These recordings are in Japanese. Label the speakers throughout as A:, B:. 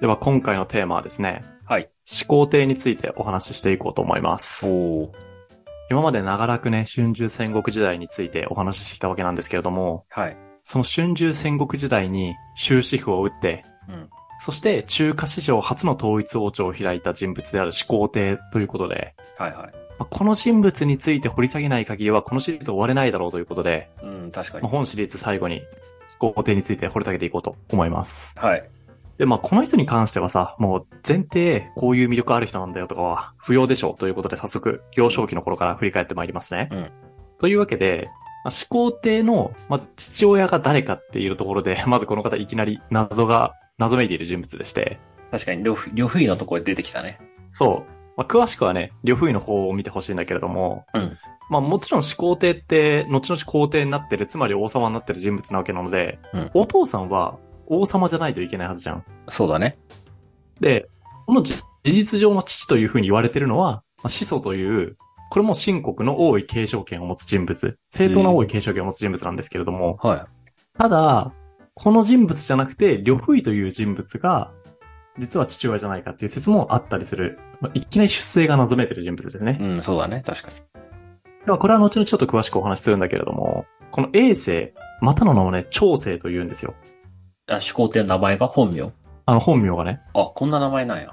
A: では今回のテーマはですね、
B: はい。
A: 思考停についてお話ししていこうと思います。
B: おー。
A: 今まで長らくね、春秋戦国時代についてお話ししてきたわけなんですけれども、
B: はい。
A: その春秋戦国時代に終止符を打って、
B: うん。
A: そして中華史上初の統一王朝を開いた人物である始皇帝ということで、
B: はいはい。
A: まあこの人物について掘り下げない限りはこのシリーズ終われないだろうということで、
B: うん、確か
A: まあ
B: に。
A: 本シリーズ最後に始皇帝について掘り下げていこうと思います。
B: はい。
A: で、まあ、この人に関してはさ、もう前提、こういう魅力ある人なんだよとかは不要でしょうということで早速、幼少期の頃から振り返ってまいりますね。
B: うん
A: というわけで、まあ始皇帝の、まず父親が誰かっていうところで、 まずこの方いきなり謎が、謎めいている人物でして、
B: 確かに、呂布呂不韋のとこへ出てきたね。
A: そう。まあ、詳しくはね、呂不韋の方を見てほしいんだけれども、
B: うん
A: まあもちろん始皇帝って、後々皇帝になってる、つまり王様になってる人物なわけなので、
B: うん
A: お父さんは王様じゃないといけないはずじゃん。
B: そうだね。
A: で、このじ事実上の父というふうに言われてるのは、まあ、始祖という、これも秦国の王位継承権を持つ人物、正当な王位継承権を持つ人物なんですけれども、
B: は
A: ただ、この人物じゃなくて、呂不韋という人物が、実は父親じゃないかっていう説もあったりする。まあ、いきなり出生が謎めいてる人物ですね
B: い。。うん、そうだね。確かに。
A: ではこれは後々ちょっと詳しくお話しするんだけれども、この永世、またの名をね、長生と言うんですよ。
B: あ、始皇帝の名前が本名
A: あの本名がね。
B: あ、こんな名前なんや。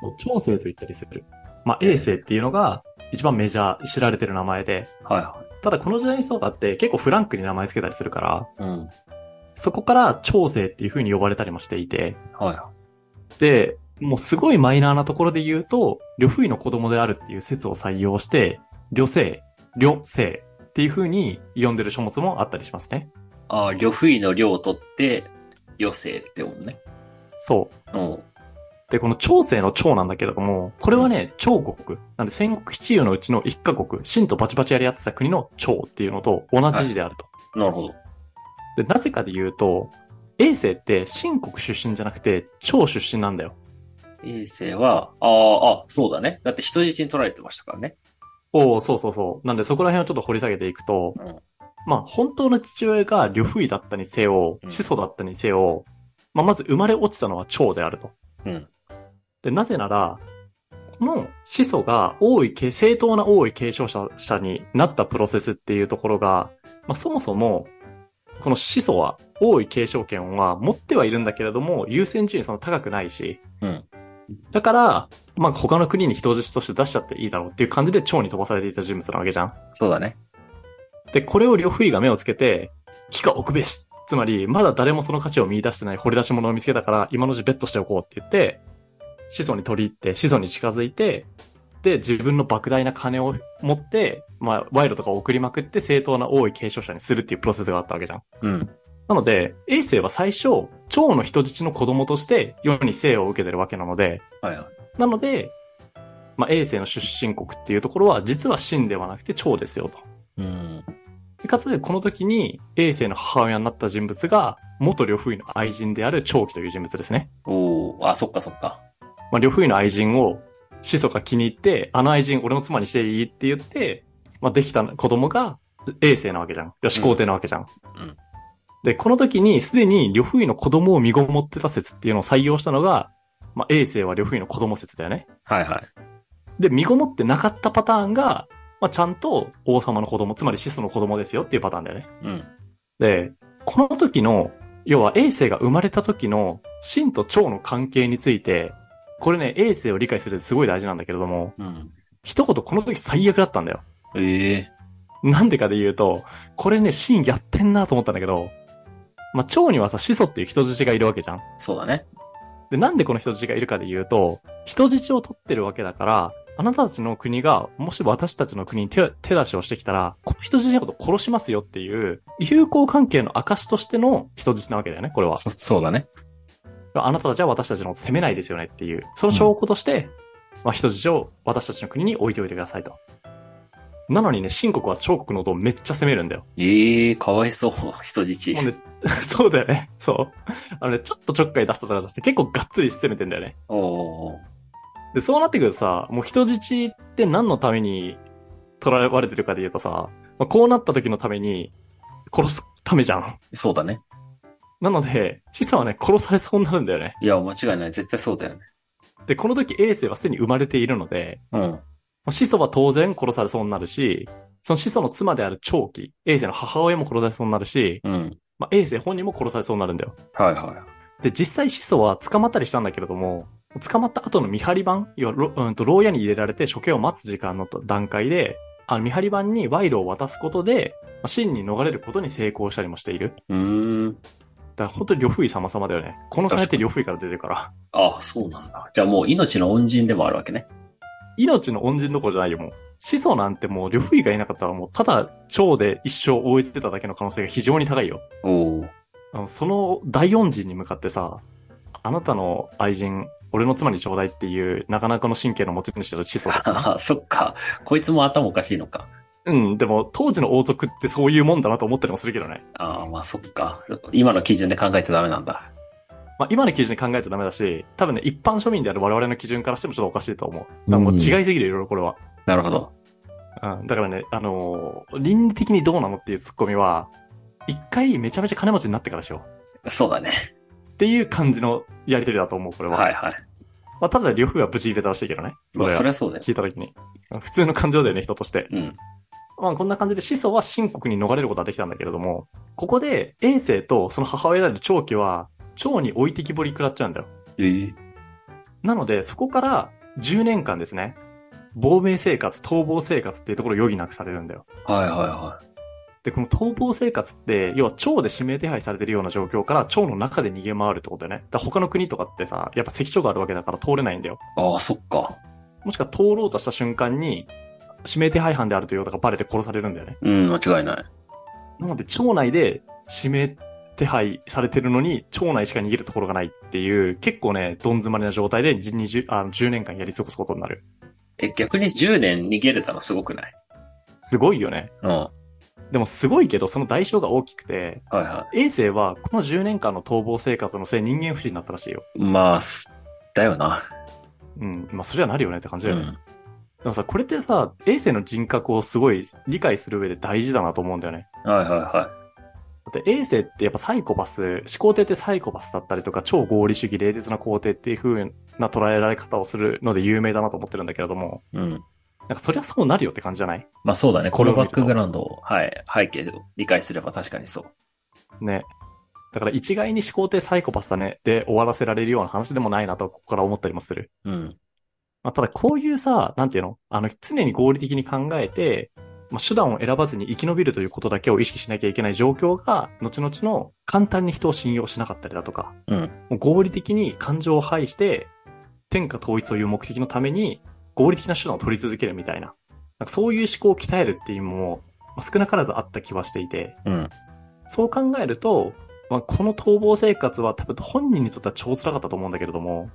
A: そう、長生と言ったりする。まあ、永世っていうのが一番メジャー、知られてる名前で、
B: はいは
A: ただこの時代にそうだって結構フランクに名前つけたりするから、
B: い。うん。はい
A: そこから長生っていう風に呼ばれたりもしていて、
B: は
A: で、もうすごいマイナーなところで言うと、呂不韋の子供であるっていう説を採用して、呂生、呂生っていう風に呼んでる書物もあったりしますね。
B: い。あ、呂不韋の呂を取って、呂姓って読むね。
A: そう。
B: おう
A: で、この長生の長なんだけれども、これはね、長国。なんで戦国七雄のうちの一カ国、秦とバチバチやり合ってた国の長っていうのと同じ字であると。
B: なるほど。
A: で、なぜかで言うと、衛星って秦国出身じゃなくて、長出身なんだよ。
B: 衛星は、ああ、あ、そうだね。だって人質に取られてましたからね。
A: おおそうそうそう。なんでそこら辺をちょっと掘り下げていくと、
B: うん
A: まあ本当の父親が呂不韋だったにせよ
B: う、ん
A: 始祖だったにせよ、まあまず生まれ落ちたのは長であると。
B: うん。
A: で、なぜなら、この始祖が王位継、正当な王位継承者者になったプロセスっていうところが、まあそもそも、この始祖は王位継承権は持ってはいるんだけれども、優先順位その高くないし、
B: うん。
A: だから、まあ他の国に人質として出しちゃっていいだろうっていう感じで蝶に飛ばされていた人物なわけじゃん。
B: そうだね。
A: で、これを呂不韋が目をつけて、木が置くべし。つまり、まだ誰もその価値を見出してない掘り出し物を見つけたから、今のうちベットしておこうって言って、子孫に取り入って、子孫に近づいて、で、自分の莫大な金を持って、まあ、賄賂とかを送りまくって正当な王位継承者にするっていうプロセスがあったわけじゃん。
B: うん。
A: なので、衛星は最初、蝶の人質の子供として世に生を受けてるわけなので、
B: はいはい。
A: なので、まあ、衛星の出身国っていうところは、実は秦ではなくて蝶ですよと。
B: うん。
A: かつ、この時に、永世の母親になった人物が、元呂不韋の愛人である長期という人物ですね。
B: おおあ、そっかそっか。
A: まあ、呂不韋の愛人を、始祖が気に入って、あの愛人俺の妻にしていいって言って、まあ、できた子供が、永世なわけじゃん。よし、皇帝なわけじゃん。
B: うん
A: で、この時に、すでに呂不韋の子供を身ごもってた説っていうのを採用したのが、まあ、永世は呂不韋の子供説だよね。
B: はいはい。
A: で、身ごもってなかったパターンが、まあ、ちゃんと王様の子供、つまり始祖の子供ですよっていうパターンだよね。
B: うん。
A: で、この時の、要は衛星が生まれた時の、真と蝶の関係について、これね、衛星を理解するってすごい大事なんだけれども、
B: うん。
A: 一言この時最悪だったんだよ。
B: ええ
A: なんでかで言うと、これね、真やってんなと思ったんだけど、まあ、蝶にはさ、始祖っていう人質がいるわけじゃん。
B: そうだね。
A: で、なんでこの人質がいるかで言うと、人質を取ってるわけだから、あなたたちの国が、もし私たちの国に手手出しをしてきたら、この人質のこと殺しますよっていう、友好関係の証としての人質なわけだよね、これは。
B: そ、そうだね。
A: あなたたちは私たちのこと責めないですよねっていう、その証拠として、まあ人質を私たちの国に置いておいてくださいと。なのにね、秦国は趙国のことをめっちゃ責めるんだよ。
B: ええかわいそう、人質
A: も。うね、 そうだよね。そう。あのね、ちょっとちょっかい出したとかじゃなくて、結構がっつり攻めてんだよね。
B: おお
A: で、そうなってくるとさ、もう人質って何のために取られてるかで言うとさ、まあ、こうなった時のために殺すためじゃん。
B: そうだね。
A: なので、子孫はね、殺されそうになるんだよね。
B: いや、間違いない。絶対そうだよね。
A: で、この時、衛星はすでに生まれているので、
B: うん。
A: まあ始祖は当然殺されそうになるし、その始祖の妻である長期、衛星の母親も殺されそうになるし、
B: うん。
A: まあ、衛星本人も殺されそうになるんだよ。
B: はいは
A: で、実際始祖は捕まったりしたんだけれども、捕まった後の見張り板、要はろ、うんと、牢屋に入れられて処刑を待つ時間のと段階で、あの、見張り板に賄賂を渡すことで、まあ真に逃れることに成功したりもしている。
B: い。うーん。
A: だから本当に呂不韋様様だよね。この金って呂不韋から出てるから。
B: ああ、そうなんだ。じゃあもう命の恩人でもあるわけね。
A: 命の恩人どころじゃないよ、もう。始祖なんてもう呂不韋がいなかったらもう、ただ、蝶で一生終えてただけの可能性が非常に高いよ。
B: おお。
A: あの、その大恩人に向かってさ、あなたの愛人、俺の妻にちょうだいっていう、なかなかの神経の持ち主だと始祖だ から
B: ああ、そっか。こいつも頭おかしいのか。
A: うん、でも当時の王族ってそういうもんだなと思ったりもするけどね。
B: ああ、まあそっか。今の基準で考えちゃダメなんだ。
A: まあ今の基準で考えちゃダメだし、多分ね、一般庶民である我々の基準からしてもちょっとおかしいと思う。だからもう違いすぎる、いろいろこれは。
B: なるほど。
A: うん、だからね、あのー倫理的にどうなのっていうツッコミは、一回めちゃめちゃ金持ちになってからしよ
B: そうだね。
A: う。っていう感じのやりとりだと思う、これは。
B: はいはい。
A: まあただ、両夫は無事入れたらしいけどね。そ
B: まあ
A: れ
B: そり
A: は
B: ゃそうだよ。
A: 聞いた時に。普通の感情だよね、人として。
B: うん。
A: まあこんな感じで始祖は秦国に逃れることができたんだけれども、ここで、衛星とその母親である長期は、長に置いてきぼり食らっちゃうんだよ。
B: ええ。
A: なので、そこから10年間ですね、亡命生活、逃亡生活っていうところを余儀なくされるんだよ。
B: はいはいは
A: で、この逃亡生活って、要は町で指名手配されてるような状況から町の中で逃げ回るってことだよね。だから他の国とかってさ、やっぱ関所があるわけだから通れないんだよ。
B: い。ああ、そっか。
A: もしくは通ろうとした瞬間に、指名手配犯であるということがバレて殺されるんだよね。
B: うん、間違いない。
A: なので町内で指名手配されてるのに、町内しか逃げるところがないっていう、結構ね、どん詰まりな状態で20あの10年間やり過ごすことになる。
B: え、逆に10年逃げれたのすごくない
A: すごいよね。
B: うん。は
A: でもすごいけど、その代償が大きくて、
B: いは
A: 衛星はこの10年間の逃亡生活のせい人間不信になったらしいよ。
B: い。まあ、すだよな。
A: うん。まあ、それはなるよねって感じ
B: う
A: だよね。
B: ん。
A: でもさ、これってさ、衛星の人格をすごい理解する上で大事だなと思うんだよね。
B: はいはいは
A: だって衛星ってやっぱサイコパス、思考帝ってサイコパスだったりとか、超合理主義、冷徹な皇帝っていう風な捉えられ方をするので有名だなと思ってるんだけれども、
B: い。うん。
A: なんかそりゃそうなるよって感じじゃない
B: まあそうだね。こ
A: これ
B: の
A: を見
B: バ
A: る
B: ッ
A: と
B: クグラウンドを、はい、背景を理解すれば確かにそう。
A: ね。だから一概に思考帝サイコパスだねで終わらせられるような話でもないなと、ここから思ったりもする。
B: うん。
A: まあ、ただこういうさ、なんていうのあの、常に合理的に考えて、まあ、手段を選ばずに生き延びるということだけを意識しなきゃいけない状況が、後々の簡単に人を信用しなかったりだとか、
B: うん。
A: もう合理的に感情を排して、天下統一をいう目的のために、合理的な手段を取り続けるみたいな。なんかそういう思考を鍛えるっていうのも、まあ少なからずあった気はしていて、
B: うん。
A: そう考えると、まあ、この逃亡生活は多分本人にとっては超辛かったと思うんだけれども、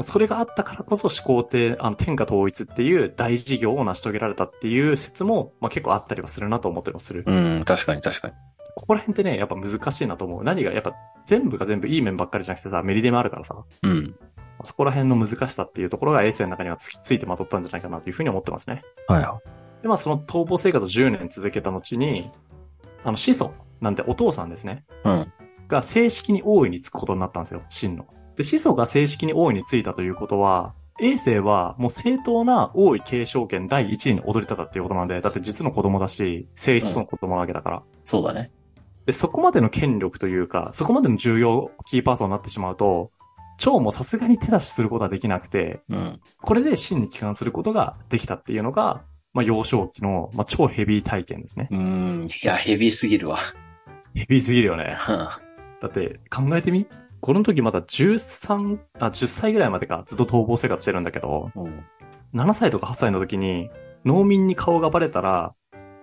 A: それがあったからこそ始皇帝、あの、天下統一っていう大事業を成し遂げられたっていう説も、まあ、結構あったりはするなと思ったりもする。
B: うん、確かに確かに。
A: ここら辺ってね、やっぱ難しいなと思う。何が、やっぱ全部が全部いい面ばっかりじゃなくてさ、メリデもあるからさ、
B: うん。
A: そこら辺の難しさっていうところが衛星の中にはつきついてまとったんじゃないかなというふうに思ってますね。
B: はいは
A: で、まあその逃亡生活を10年続けた後に、あの、始祖なんてお父さんですね。
B: い。うん。
A: が正式に王位につくことになったんですよ、秦の。で、始祖が正式に王位についたということは、衛星はもう正当な王位継承権第一位に躍り立ったっていうことなんで、だって実の子供だし、正室の子供なわけだから。
B: そうだね。
A: で、そこまでの権力というか、そこまでの重要キーパーソンになってしまうと、蝶もさすがに手出しすることはできなくて、
B: うん。
A: これで秦に帰還することができたっていうのが、まあ幼少期の、まあ超ヘビー体験ですね。
B: うーん。いや、ヘビーすぎるわ。
A: ヘビーすぎるよね。
B: うん
A: だって、考えてみこの時まだ13、あ、10歳ぐらいまでか、ずっと逃亡生活してるんだけど、
B: うん。
A: 7歳とか8歳の時に、農民に顔がバレたら、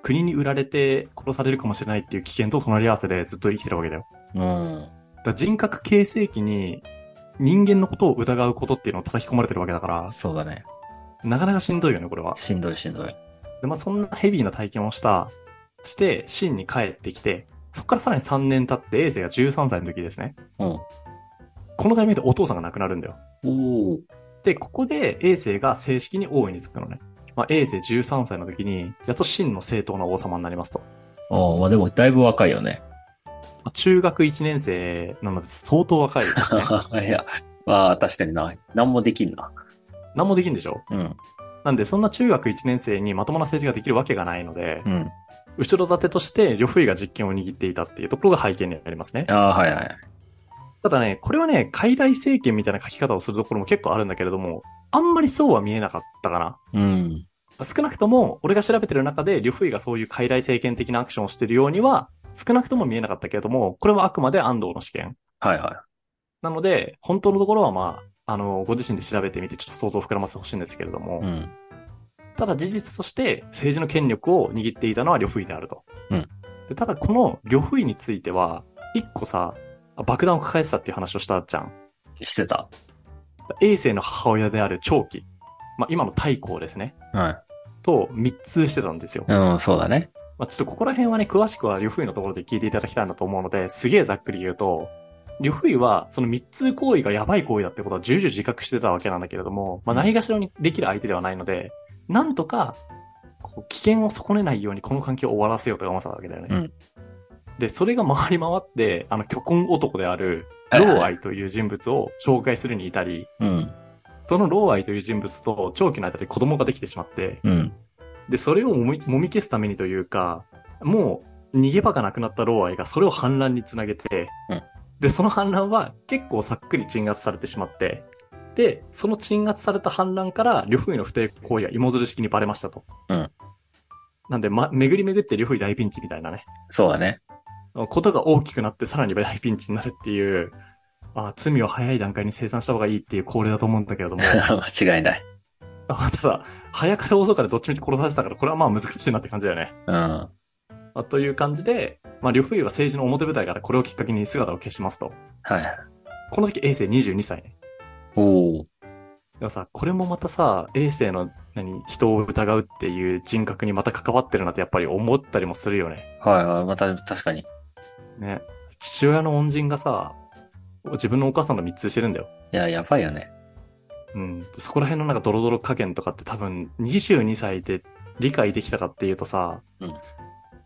A: 国に売られて殺されるかもしれないっていう危険と隣り合わせでずっと生きてるわけだよ。
B: うん。
A: だから人格形成期に、人間のことを疑うことっていうのを叩き込まれてるわけだから、
B: そうだね。
A: なかなかしんどいよね、これは。
B: しんどいしんどい。
A: で、まあ、そんなヘビーな体験をした、して、シンに帰ってきて、そこからさらに3年経って、エイが13歳の時ですね。
B: うん。
A: このタイミングでお父さんが亡くなるんだよ。
B: おー。
A: で、ここで衛星が正式に王位につくのね。まあ、衛星13歳の時に、やっと真の正当な王様になりますと。
B: ああ、まあでもだいぶ若いよね。
A: まあ中学1年生なので相当若いです ね。
B: いや、まあ確かにな。何もできんな。
A: 何もできんでしょ
B: うん。
A: なんで、そんな中学1年生にまともな政治ができるわけがないので、
B: うん。
A: 後ろ盾として、呂不韋が実権を握っていたっていうところが背景にありますね。
B: ああ、はいはい。
A: ただね、これはね、傀儡政権みたいな書き方をするところも結構あるんだけれども、あんまりそうは見えなかったかな。
B: うん。
A: 少なくとも、俺が調べてる中で、呂不韋がそういう傀儡政権的なアクションをしてるようには、少なくとも見えなかったけれども、これはあくまで安藤の試験。
B: はいは
A: なので、本当のところはまあ、あの、ご自身で調べてみて、ちょっと想像を膨らませてほしいんですけれども、
B: い。うん。
A: ただ事実として政治の権力を握っていたのは呂不韋であると。
B: うん
A: でただこの呂不韋については、一個さ、爆弾を抱えてたっていう話をしたじゃん。
B: してた。
A: 衛星の母親である長期、まあ今の太閤ですね、
B: は
A: と密通してたんですよ。
B: い。うん、そうだね。
A: まあちょっとここら辺はね、詳しくは呂不韋のところで聞いていただきたいなと思うので、すげえざっくり言うと、呂不韋はその密通行為がやばい行為だってことは重々自覚してたわけなんだけれども、まあないがしろにできる相手ではないので、なんとか、こう危険を損ねないようにこの関係を終わらせようと思ってたわけだよね。
B: うん
A: で、それが回り回って、あの、虚婚男である、
B: はいはい
A: 老愛という人物を紹介するに至り、
B: うん。
A: その老愛という人物と長期の間で子供ができてしまって、
B: うん。
A: で、それをもみもみ消すためにというか、もう逃げ場がなくなった老愛がそれを反乱につなげて、
B: うん
A: で、その反乱は結構さっくり鎮圧されてしまって、で、その鎮圧された反乱から、呂不韋の不貞行為が芋づる式にバレましたと。
B: うん
A: なんで、ま、巡り巡って呂不韋大ピンチみたいなね、
B: そうだね。
A: ことが大きくなってさらに大ピンチになるっていう、あー罪を早い段階に清算した方がいいっていう恒例だと思うんだけれども、
B: 間違いない。
A: あただ、早かれ遅かれどっちみち殺されてたから、これはまあ難しいなって感じだよね。
B: うん。
A: まあ、という感じで、まあ、呂不韋は政治の表舞台からこれをきっかけに姿を消しますと。
B: はい。
A: この時、衛星22歳ね。
B: おお。
A: でもさ、これもまたさ、衛星の、何、人を疑うっていう人格にまた関わってるなってやっぱり思ったりもするよね。
B: はいはい。また、確かに。
A: ね。父親の恩人がさ、自分のお母さんの密通してるんだよ。
B: いや、やばいよね。
A: うん。でそこら辺のなんかドロドロ加減とかって多分、22歳で理解できたかっていうとさ、
B: うん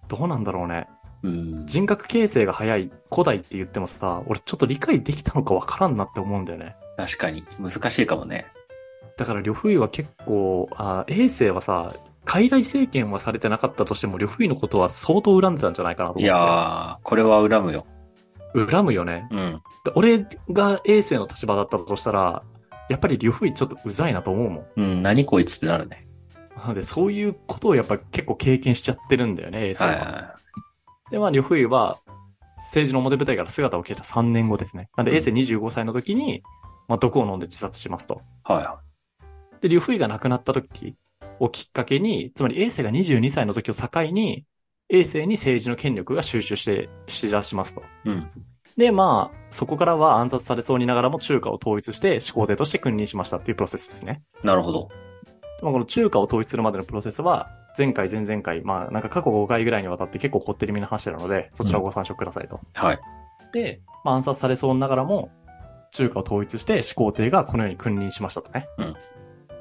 A: どうなんだろうね。
B: うん。
A: 人格形成が早い古代って言ってもさ、俺ちょっと理解できたのかわからんなって思うんだよね。
B: 確かに。難しいかもね。
A: だから、呂不韋は結構、あー、衛星はさ、傀儡政権はされてなかったとしても、呂不韋のことは相当恨んでたんじゃないかなと思う
B: い
A: んですよ。
B: やー、これは恨むよ。
A: 恨むよね。
B: うん。
A: で俺が衛星の立場だったとしたら、やっぱり呂不韋ちょっとうざいなと思うもん。
B: うん、何こいつってなるね。
A: なので、そういうことをやっぱ結構経験しちゃってるんだよね、衛星
B: は
A: は。
B: いは
A: で、まあ、呂不韋は、政治の表舞台から姿を消した3年後ですね。なんで、衛星25歳の時に、まあ、毒を飲んで自殺しますと。
B: い。はいは
A: で、リュウフイが亡くなった時をきっかけに、つまり、衛星が22歳の時を境に、衛星に政治の権力が集中して、しだしますと。
B: い。うん。
A: で、まあ、そこからは暗殺されそうにながらも中華を統一して、始皇帝として君臨しましたっていうプロセスですね。
B: なるほど。
A: まあ、この中華を統一するまでのプロセスは、前回、前々回、まあ、なんか過去5回ぐらいにわたって結構こってりみな話なので、そちらをご参照くださいと。
B: はい。
A: で、まあ、暗殺されそうながらも、中華を統一して始皇帝がこのように君臨しましたとね。
B: うん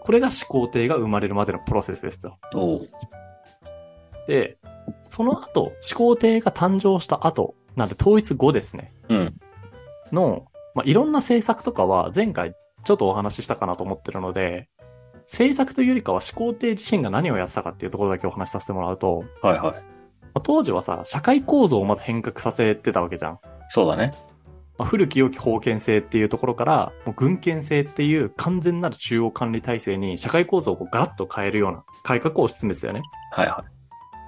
A: これが始皇帝が生まれるまでのプロセスですと。
B: おお。
A: で、その後、始皇帝が誕生した後、なんで統一後ですね、
B: うん。
A: の、まあ、いろんな政策とかは前回ちょっとお話ししたかなと思ってるので、政策というよりかは始皇帝自身が何をやってたかっていうところだけお話しさせてもらうと、
B: はいはい。
A: まあ当時はさ、社会構造をまず変革させてたわけじゃん。
B: そうだね。
A: まあ古き良き封建制っていうところから、もう軍権制っていう完全なる中央管理体制に社会構造をこうガラッと変えるような改革を推し進めてたよね。
B: はいは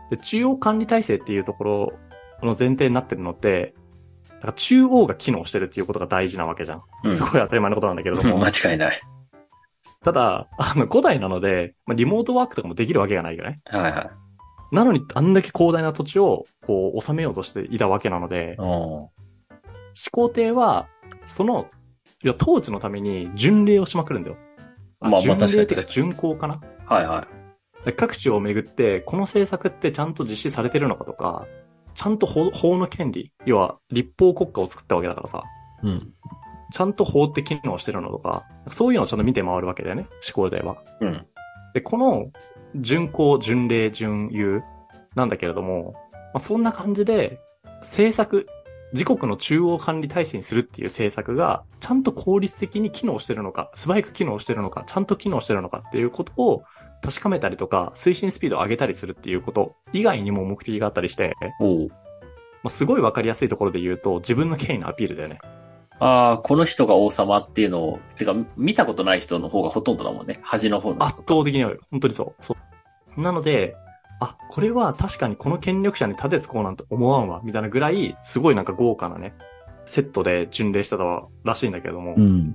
A: で、中央管理体制っていうところの前提になってるのって、なんか中央が機能してるっていうことが大事なわけじゃん。
B: い。うん
A: すごい当たり前のことなんだけれど
B: うん
A: も。
B: 間違いない。
A: ただ、あの、古代なので、まあ、リモートワークとかもできるわけがないよね。
B: はいはい。
A: なのに、あんだけ広大な土地を、こう、収めようとしていたわけなので、
B: お
A: 始皇帝は、その、いや、統治のために巡礼をしまくるんだよ。あ、
B: まあまあ
A: 巡礼っていう
B: 確
A: か
B: かに
A: 巡行かな
B: ーはいはい。
A: で各地を巡って、この政策ってちゃんと実施されてるのかとか、ちゃんと法法の権利、要は立法国家を作ったわけだからさ、
B: うん。
A: ちゃんと法って機能してるのとか、そういうのをちゃんと見て回るわけだよね、始皇帝は。
B: うん。
A: で、この、巡行、巡礼、巡遊なんだけれども、まあ、そんな感じで、政策自国の中央管理体制にするっていう政策が、ちゃんと効率的に機能してるのか、素早く機能してるのか、ちゃんと機能してるのかっていうことを確かめたりとか、推進スピードを上げたりするっていうこと以外にも目的があったりして、
B: おう
A: まあ、すごいわかりやすいところで言うと、自分の権威のアピールだよね。
B: ああ、この人が王様っていうのを、てか、見たことない人の方がほとんどだもんね。端の方の
A: 圧
B: 人。
A: 倒的に多い。本当にそう。そう。なので、あ、これは確かにこの権力者に立てつこうなんて思わんわ、みたいなぐらい、すごいなんか豪華なね、セットで巡礼してたらしいんだけども、だか
C: ん。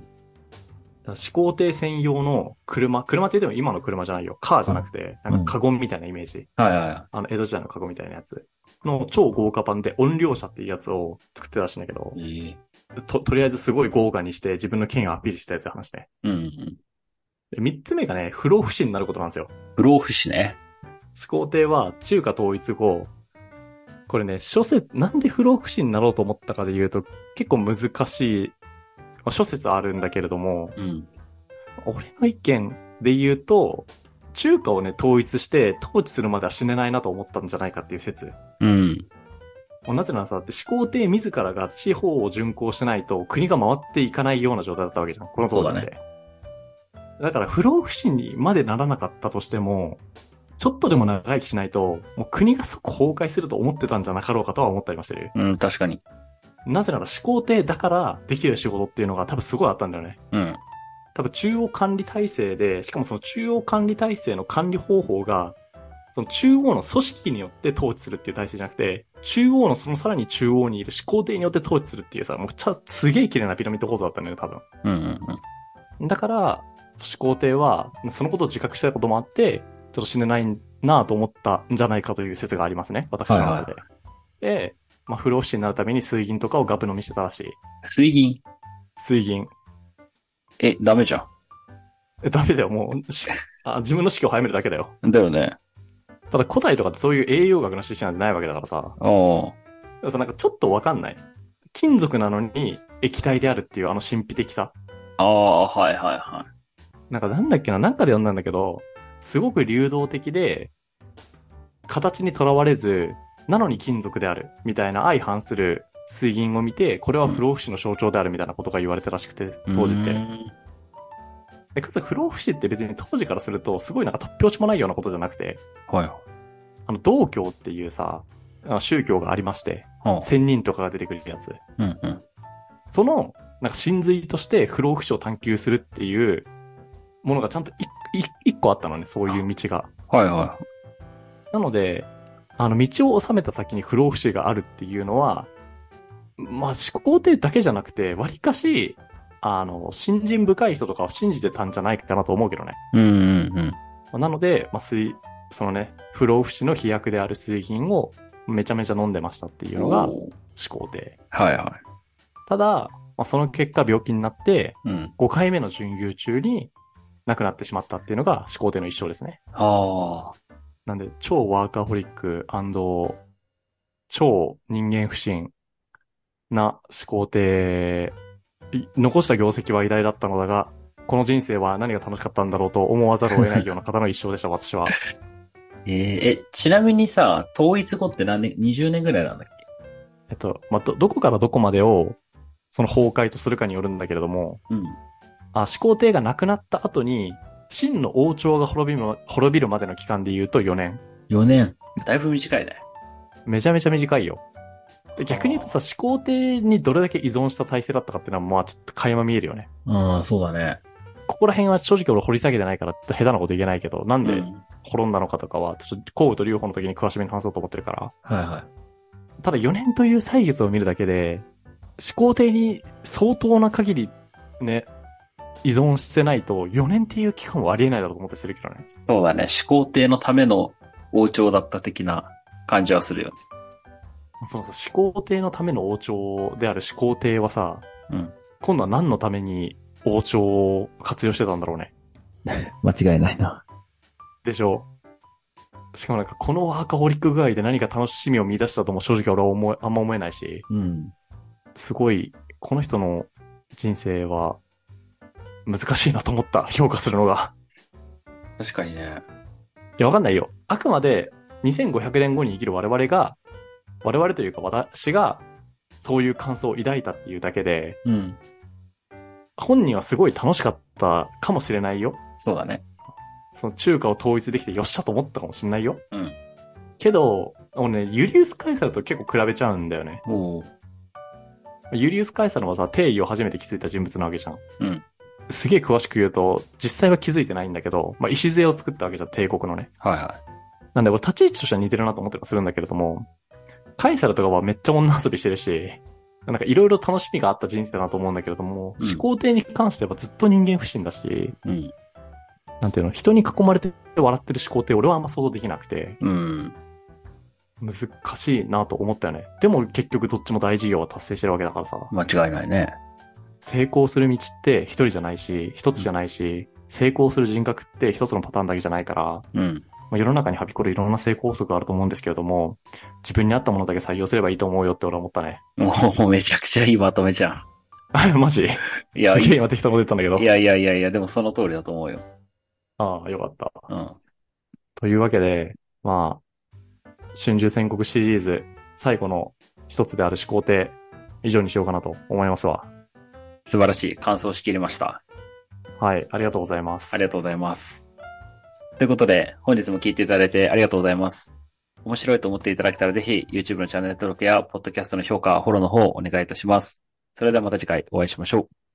A: ら始皇帝専用の車、車って言っても今の車じゃないよ、カーじゃなくて、なんかカゴンみたいなイメージ。
B: はいはいは
A: あの、江戸時代のカゴみたいなやつ。の超豪華版で音量車っていうやつを作ってたらしいんだけど、
B: い。ええ
A: と、とりあえずすごい豪華にして自分の権威をアピールしたいって話ね。
B: うんうん。
A: で三つ目がね、不老不死になることなんですよ。
B: 不老不死ね。
A: 始皇帝は中華統一後、これね、諸説、なんで不老不死になろうと思ったかで言うと、結構難しい、まあ諸説あるんだけれども、
B: うん。
A: 俺の意見で言うと、中華をね、統一して統治するまでは死ねないなと思ったんじゃないかっていう説。
B: うん。
A: もうなぜならさ、だって始皇帝自らが地方を巡行しないと国が回っていかないような状態だったわけじゃん。この当時って。
B: そう
A: だから不老不死にまでならなかったとしても、ちょっとでも長生きしないと、もう国が即崩壊すると思ってたんじゃなかろうかとは思ったりもしてる。
B: うん、確かに。
A: なぜなら始皇帝だからできる仕事っていうのが多分すごいあったんだよね。
B: うん。
A: 多分中央管理体制で、しかもその中央管理体制の管理方法が、その中央の組織によって統治するっていう体制じゃなくて、中央のそのさらに中央にいる始皇帝によって統治するっていうさ、もうちゃ、すげえ綺麗なピラミッド構造だったんだよね、多分。
B: うんうんうん。
A: だから、始皇帝は、そのことを自覚したこともあって、ちょっと死ねないなぁと思ったんじゃないかという説がありますね、私の中で。で、まあ、不老不死になるために水銀とかをガブ飲みしてたらしい。
B: 水銀。
A: 水銀。
B: え、ダメじゃ
A: えダメだよ、もう、しあ自分の死期を早めるだけだよ。
B: ん。だよね。
A: ただ古代とかってそういう栄養学の知識なんてないわけだからさ、
B: おー
A: さなんかちょっとわかんない。金属なのに液体であるっていうあの神秘的さ。
B: ああ、はいはいは
A: なんかなんだっけな、なんかで読んだんだけど、すごく流動的で、形にとらわれず、なのに金属である、みたいな相反する水銀を見て、これは不老不死の象徴であるみたいなことが言われたらしくて、
B: い。
A: 当時っ
B: う
A: て。
B: ん
A: でかつ不老不死って別に当時からすると、すごいなんか突拍子もないようなことじゃなくて、
B: はいはい。
A: あの、道教っていうさ、あの宗教がありまして、
B: はあ
A: 仙人とかが出てくるやつ。
B: うんうん。
A: その、なんか真髄として不老不死を探求するっていうものがちゃんと一一一個あったのね、そういう道が。
B: はいは
A: なので、あの、道を収めた先に不老不死があるっていうのは、まあ、思考帝だけじゃなくて、割かし、あの、信心深い人とかは信じてたんじゃないかなと思うけどね。
B: い。うんうんうん。
A: まあなので、まあ、水、そのね、不老不死の飛躍である水銀をめちゃめちゃ飲んでましたっていうのが思
B: おー
A: 考帝。
B: はいは
A: ただ、まあ、その結果病気になって、
B: い。うん。
A: 5回目の準優中に亡くなってしまったっていうのが始皇帝の一生ですね。
B: ああ。
A: なんで、超ワーカホリック超人間不信な始皇帝、い残した業績は偉大だったのだが、この人生は何が楽しかったんだろうと思わざるを得ないような方の一生でした、私は。
B: えーえ、ちなみにさ、統一後って何年、20年ぐらいなんだっけ
A: えっと、まあ、ど、どこからどこまでを、その崩壊とするかによるんだけれども、
B: うん。
A: あ、始皇帝が亡くなった後に、真の王朝が滅びる、滅びるまでの期間で言うと4年。
B: 4年。だいぶ短いね。
A: めちゃめちゃ短いよ。で逆に言うとさ、始皇帝にどれだけ依存した体制だったかっていうのは、まあちょっと垣間見えるよね。
B: うん、そうだね。
A: ここら辺は正直俺掘り下げてないから、下手なこと言えないけど、なん
B: う
A: で
B: ん
A: 滅んだのかとかは、ちょっと皇武と劉邦の時に詳しめに話そうと思ってるから。
B: はいはい。
A: ただ4年という歳月を見るだけで、始皇帝に相当な限り、ね、依存してないと、4年っていう期間はありえないだろうと思ってするけどね。
B: そうだね。始皇帝のための王朝だった的な感じはするよね。
A: そうそう、始皇帝のための王朝である始皇帝はさ、
B: うん
A: 今度は何のために王朝を活用してたんだろうね。
C: 間違いないな。
A: でしょう。しかもなんかこのワーカホリック具合で何か楽しみを見出したとも正直俺は思え、あんま思えないし、
C: うん。
A: すごい、この人の人生は難しいなと思った、評価するのが。
B: 確かにね。
A: いや、わかんないよ。あくまで2500年後に生きる我々が、我々というか私が、そういう感想を抱いたっていうだけで、
B: うん。
A: 本人はすごい楽しかったかもしれないよ。
B: そうだね。
A: その中華を統一できてよっしゃと思ったかもしれないよ。
B: うん。
A: けど、俺ね、ユリウス・カイサルと結構比べちゃうんだよね。
B: おー
A: ユリウス・カイサルはさ、定義を初めて気づいた人物なわけじゃん。
B: うん。
A: すげえ詳しく言うと、実際は気づいてないんだけど、まあ、礎を作ったわけじゃん、帝国のね。
B: はいはい。
A: なんで、俺立ち位置としては似てるなと思ってするんだけれども、カイサルとかはめっちゃ女遊びしてるし、なんかいろいろ楽しみがあった人生だなと思うんだけれども、
B: うん
A: 始皇帝に関してはずっと人間不信だし、
B: うん。
A: なんていうの、人に囲まれて笑ってる始皇帝俺はあんま想像できなくて、
B: うん。
A: 難しいなと思ったよね。でも結局どっちも大事業は達成してるわけだからさ、
B: 間違いないね。
A: 成功する道って一人じゃないし、一つじゃないし、成功する人格って一つのパターンだけじゃないから、
B: うん。
A: まあ、世の中にはびこるいろんな成功法則があると思うんですけれども、自分に合ったものだけ採用すればいいと思うよって俺は思ったね。
B: もうめちゃくちゃいいまとめじゃん。
A: あ、マジ
B: いや、
A: す
B: い
A: げえ今適当なこと言ったんだけど。
B: やいやいやいや、でもその通りだと思うよ。
A: ああ、よかった。
B: うん。
A: というわけで、まあ、春秋戦国シリーズ、最後の一つである始皇帝、以上にしようかなと思いますわ。
B: 素晴らしい。感想しきりました。
A: はい、ありがとうございます。
B: ありが
A: と
B: とうございます。ということで、本日も聞いていただいてありがとうございます。面白いと思っていただけたらぜひ、YouTube のチャンネル登録や、ポッドキャストの評価、フォローの方をお願いいたします。それではまた次回お会いしましょう。